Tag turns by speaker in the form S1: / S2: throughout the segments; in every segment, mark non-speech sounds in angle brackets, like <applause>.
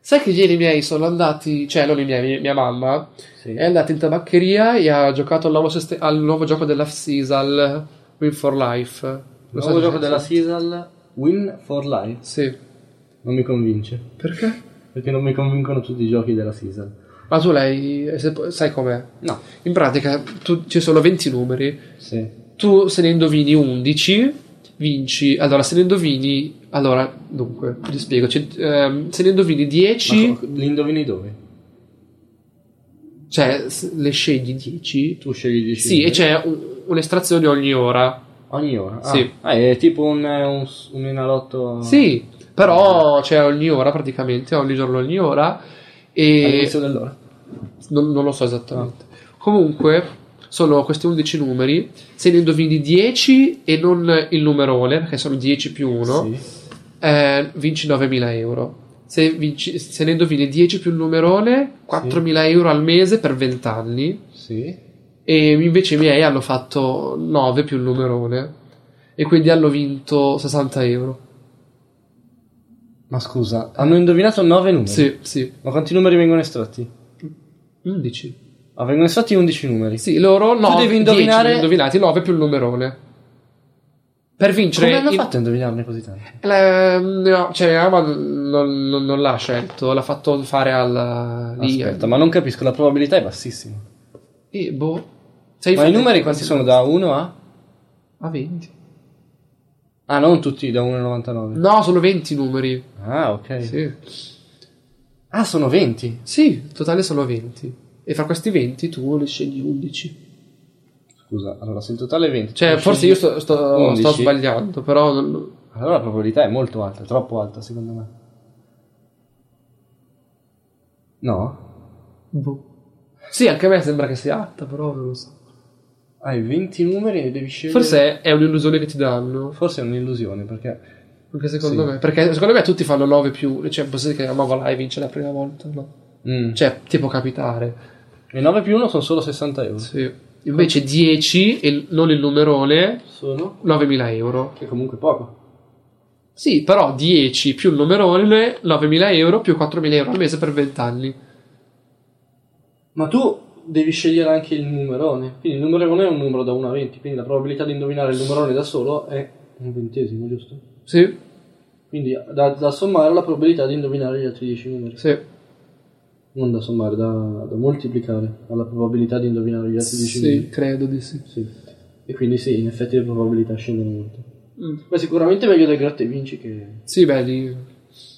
S1: Sai che ieri i miei sono andati, cioè non i miei, mia mamma
S2: Sì.
S1: è andata in tabaccheria e ha giocato al nuovo, seste- al nuovo gioco della Seasal, Win for Life. Lo sai
S2: Nuovo
S1: che
S2: gioco
S1: senso?
S2: della Sisal Win for Life.
S1: Sì.
S2: Non mi convince.
S1: Perché?
S2: Perché non mi convincono tutti i giochi della Sisal.
S1: Ma tu lei, eh, se- sai com'è?
S2: No.
S1: In pratica tu- ci sono 20 numeri,
S2: Sì.
S1: tu se ne indovini 11, vinci. Allora, se ne indovini. Allora, dunque, ti spiego. ci- ehm, se ne indovini 10,
S2: Ma co- li indovini dove?
S1: cioè s- le scegli 10.
S2: Tu scegli di
S1: Sì, e c'è un- un'estrazione ogni ora.
S2: Ogni ora. Ah.
S1: Sì.
S2: Ah, è tipo un, un, un enalotto
S1: Sì, però c'è ogni ora praticamente, ogni giorno, ogni ora. E
S2: all'inizio dell'ora.
S1: non, non lo so esattamente. Comunque. Sono questi 11 numeri, se ne indovini 10 e non il numerone, perché sono 10 più 1,
S2: Sì.
S1: eh, vinci 9.000 euro. Se, vinci- se ne indovini 10 più il numerone, 4.000 euro al mese per 20 anni.
S2: Sì.
S1: E invece i miei hanno fatto 9 più il numerone. E quindi hanno vinto 60 euro.
S2: Ma scusa, hanno indovinato 9 numeri.
S1: Sì, sì.
S2: Ma quanti numeri vengono estratti?
S1: 11.
S2: Ah, vengono estratti 11 numeri.
S1: Sì, loro 9
S2: devi indovinare-
S1: indovinati 9 più il numerone. Per vincere...
S2: Come hanno
S1: il-
S2: fatto a indovinarne così tanti?
S1: Eh, no, cioè, mia mamma non, non- non l'ha scelto, l'ha fatto fare al... lì,
S2: Aspetta, ma non capisco, la probabilità è bassissima.
S1: eh, boh. Sei
S2: Ma i
S1: fatto-
S2: numeri quanti sono? Da 1 a?
S1: A 20.
S2: Ah, non tutti, da 1 a 99.
S1: No, sono 20 numeri.
S2: Ah, ok.
S1: Sì.
S2: Ah, sono 20.
S1: Sì, in totale sono 20. E fra questi 20 tu ne scegli 11.
S2: Scusa, allora se il totale è 20.
S1: Cioè,
S2: tu
S1: forse
S2: scegli-
S1: io sto, sto,
S2: 11.
S1: sto sbagliando, però. non-
S2: Allora la probabilità è molto alta, troppo alta secondo me. No?
S1: Boh. Sì, anche a me sembra che sia alta, però non lo so.
S2: Hai 20 numeri e ne devi scegliere.
S1: Forse è un'illusione che ti danno.
S2: Forse è un'illusione perché.
S1: Anche secondo
S2: Sì.
S1: me. Perché secondo me tutti fanno 9 più. Cioè, è possibile che la nuova live vince la prima volta, no?
S2: Mm.
S1: Cioè, ti può capitare.
S2: E 9 più 1 sono solo 60 euro.
S1: Sì. Invece 10, e non il numerone,
S2: Sono?
S1: 9.000 euro.
S2: Che comunque è poco.
S1: Sì, però 10 più il numerone, 9.000 euro più 4.000 euro al mese per 20 anni.
S2: Ma tu devi scegliere anche il numerone. Quindi il numerone è un numero da 1 a 20. Quindi la probabilità di indovinare il numerone da solo è un ventesimo, giusto?
S1: Sì,
S2: Quindi da, da sommare la probabilità di indovinare gli altri 10 numeri.
S1: sì.
S2: Non da sommare, da, da moltiplicare alla probabilità di indovinare gli altri 10 numeri.
S1: Sì, credo di sì.
S2: Sì. E quindi sì, in effetti le probabilità scendono molto.
S1: Mm.
S2: Ma sicuramente meglio del gratta e vinci che,
S1: Sì, beh, di-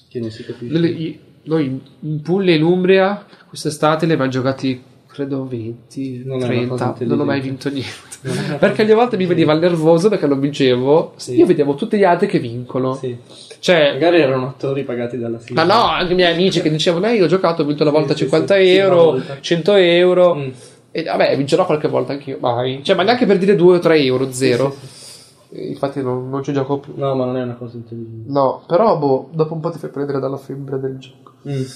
S2: che non si capisce.
S1: nelle-
S2: <laughs>
S1: i- noi in Puglia e in Umbria quest'estate le abbiamo giocati credo 20,
S2: Non è una cosa
S1: 30, non
S2: intelligente.
S1: ho mai vinto niente. Perché ogni volta mi veniva il nervoso perché non vincevo.
S2: Sì.
S1: Io vedevo tutti gli altri che vincono.
S2: Sì.
S1: Cioè,
S2: Magari erano attori pagati dalla sigla.
S1: ma no, anche i miei amici che dicevano, eh, io ho giocato, ho vinto una
S2: Sì,
S1: volta
S2: sì,
S1: 50
S2: sì, sì, una
S1: euro,
S2: volta.
S1: 100 euro.
S2: Mm.
S1: E vabbè, vincerò qualche volta anch'io. Mai. Cioè, ma neanche per dire 2 o 3 euro, zero.
S2: Sì, sì,
S1: E Infatti, non, non ci gioco più.
S2: sì. No, ma non è una cosa intelligente.
S1: No, però, boh, dopo un po' ti fai prendere dalla febbre del gioco.
S2: Mm.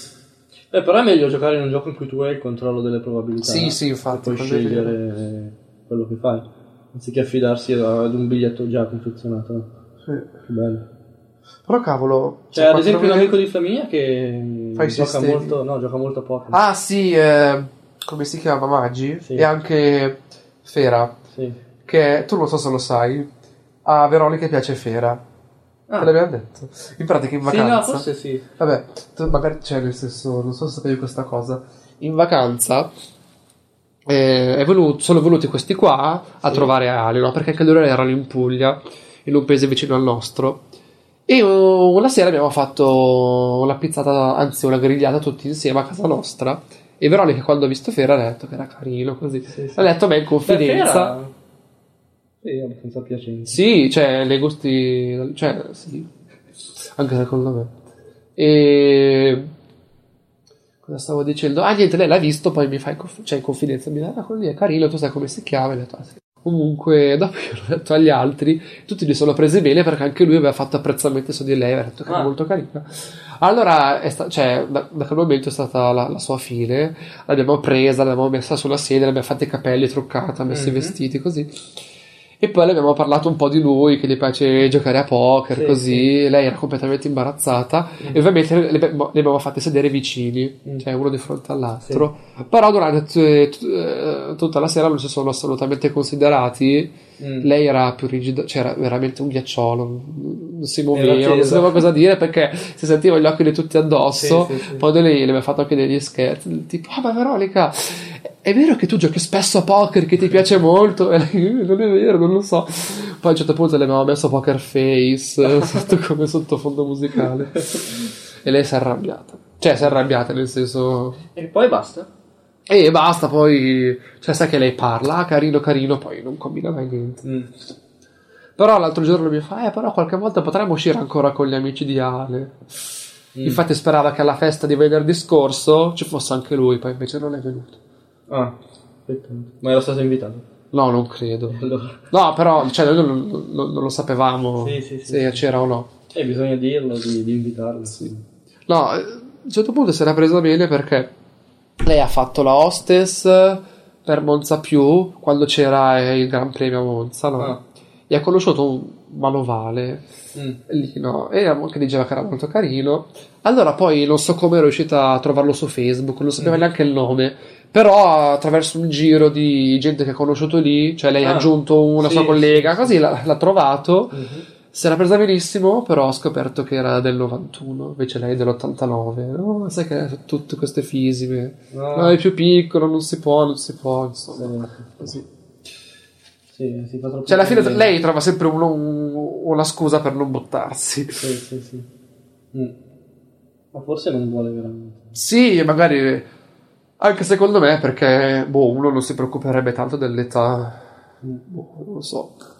S2: Eh, però è meglio giocare in un gioco in cui tu hai il controllo delle probabilità.
S1: Sì, sì, infatti,
S2: E Puoi
S1: quello è
S2: scegliere quello che fai. Anziché affidarsi ad un biglietto già confezionato. no? Che bello.
S1: Però, cavolo.
S2: Cioè,
S1: se
S2: ad esempio, un
S1: quattro mila-
S2: amico di Flaminia che mm,
S1: Fa i
S2: gioca
S1: sistemi.
S2: molto, no, gioca molto a Pokémon.
S1: Ah, sì, eh, come si chiama? Maggi?
S2: Sì.
S1: E anche Fera.
S2: Sì.
S1: Che tu non so se lo sai. A Veronica piace Fera.
S2: Ah.
S1: Te l'abbiamo detto. In pratica, in
S2: Sì, no,
S1: vacanza.
S2: forse sì.
S1: Vabbè, tu- magari c'è nel senso, non so se sapevi questa cosa. In vacanza eh, è venu- sono venuti questi qua a
S2: Sì.
S1: trovare Ale, no? perché anche loro erano in Puglia, in un paese vicino al nostro. E oh, una sera abbiamo fatto una pizzata, anzi una grigliata tutti insieme a casa nostra. E Veronica, quando ha visto Fera, ha detto che era carino, così.
S2: Sì, sì.
S1: Ha detto, beh, in
S2: Beh,
S1: confidenza.
S2: Fera- Sì, abbastanza piacente.
S1: Sì, cioè, nei gusti... Cioè, sì. Anche secondo me. E... Cosa stavo dicendo? Ah, niente, lei l'ha visto, poi mi fa in, conf- cioè, in confidenza. Mi dà, ah, quello lì è carino, tu sai come si chiama? E ho detto, ah, sì. Comunque, <laughs> dopo io l'ho detto agli altri, tutti li sono presi bene perché anche lui aveva fatto apprezzamento su di lei, aveva detto che era
S2: Ah.
S1: molto carina. Allora, è sta- cioè, da, da quel momento è stata la, la sua fine. L'abbiamo presa, l'abbiamo messa sulla sedia, l'abbiamo fatta i capelli, truccata, messa i
S2: Mhm.
S1: vestiti, così. E poi le abbiamo parlato un po' di lui, che gli piace giocare a poker,
S2: Sì,
S1: così. Lei era completamente imbarazzata. E ovviamente le, abbiamo- boh, le abbiamo fatte sedere vicini,
S2: Mm.
S1: cioè uno di fronte all'altro. Però durante t- t- eh, tutta la sera non si sono assolutamente considerati.
S2: Mm.
S1: Lei era più rigida, cioè era veramente un ghiacciolo, non si
S2: Era
S1: muoveva, non
S2: tesa.
S1: sapeva cosa dire perché si sentiva gli occhi di tutti addosso.
S2: Sì, sì, sì.
S1: Poi lei le aveva fatto anche degli scherzi, tipo, ah ma Veronica, è vero che tu giochi spesso a poker, che ti piace molto? E lei, "Eh, non è vero, non lo so. Poi a un certo punto le avevamo messo Poker Face <laughs> sotto- come sottofondo musicale. E lei si è arrabbiata. Cioè, si è arrabbiata nel senso...
S2: <laughs> E poi basta.
S1: E basta, poi... Cioè, sai che lei parla, ah, carino, carino, poi non combina mai niente.
S2: Mm.
S1: Però l'altro giorno mi fa, eh, però qualche volta potremmo uscire ancora con gli amici di Ale.
S2: Mm.
S1: Infatti sperava che alla festa di venerdì scorso ci fosse anche lui, poi invece non è venuto.
S2: Ah, peccato. Ma era stato invitato.
S1: No, non credo.
S2: Allora. <laughs>
S1: No, però cioè, noi non, non- non lo sapevamo
S2: Sì, sì, sì,
S1: se
S2: sì.
S1: c'era o no.
S2: E bisogna dirlo, di, di invitarlo.
S1: No, eh, a un certo punto se l'ha presa bene perché lei ha fatto la hostess per Monza Più quando c'era eh, il Gran Premio a Monza, no?
S2: Ah.
S1: E ha conosciuto un manovale
S2: Mm.
S1: lì, no? E era- che diceva che era molto carino. Allora poi non so come è riuscita a trovarlo su Facebook, non sapeva
S2: Mm.
S1: neanche il nome. Però attraverso un giro di gente che ha conosciuto lì, cioè lei ha
S2: Ah.
S1: aggiunto una
S2: Sì,
S1: sua collega,
S2: sì, sì.
S1: così l'ha, l'ha trovato.
S2: Mhm.
S1: Se l'ha presa benissimo, però ho scoperto che era del 91, invece lei è dell'89. No, sai che sono tutte queste fisime.
S2: No,
S1: No, è più piccolo, non si può, non si può, insomma.
S2: sì,
S1: Così.
S2: sì, si fa troppo
S1: Cioè, alla fine
S2: bene.
S1: lei trova sempre uno- un- una scusa per non buttarsi.
S2: Sì, sì, sì. Mm. Ma forse non vuole veramente.
S1: Sì, magari anche secondo me, perché boh, uno non si preoccuperebbe tanto dell'età,
S2: Mm.
S1: boh, non lo so.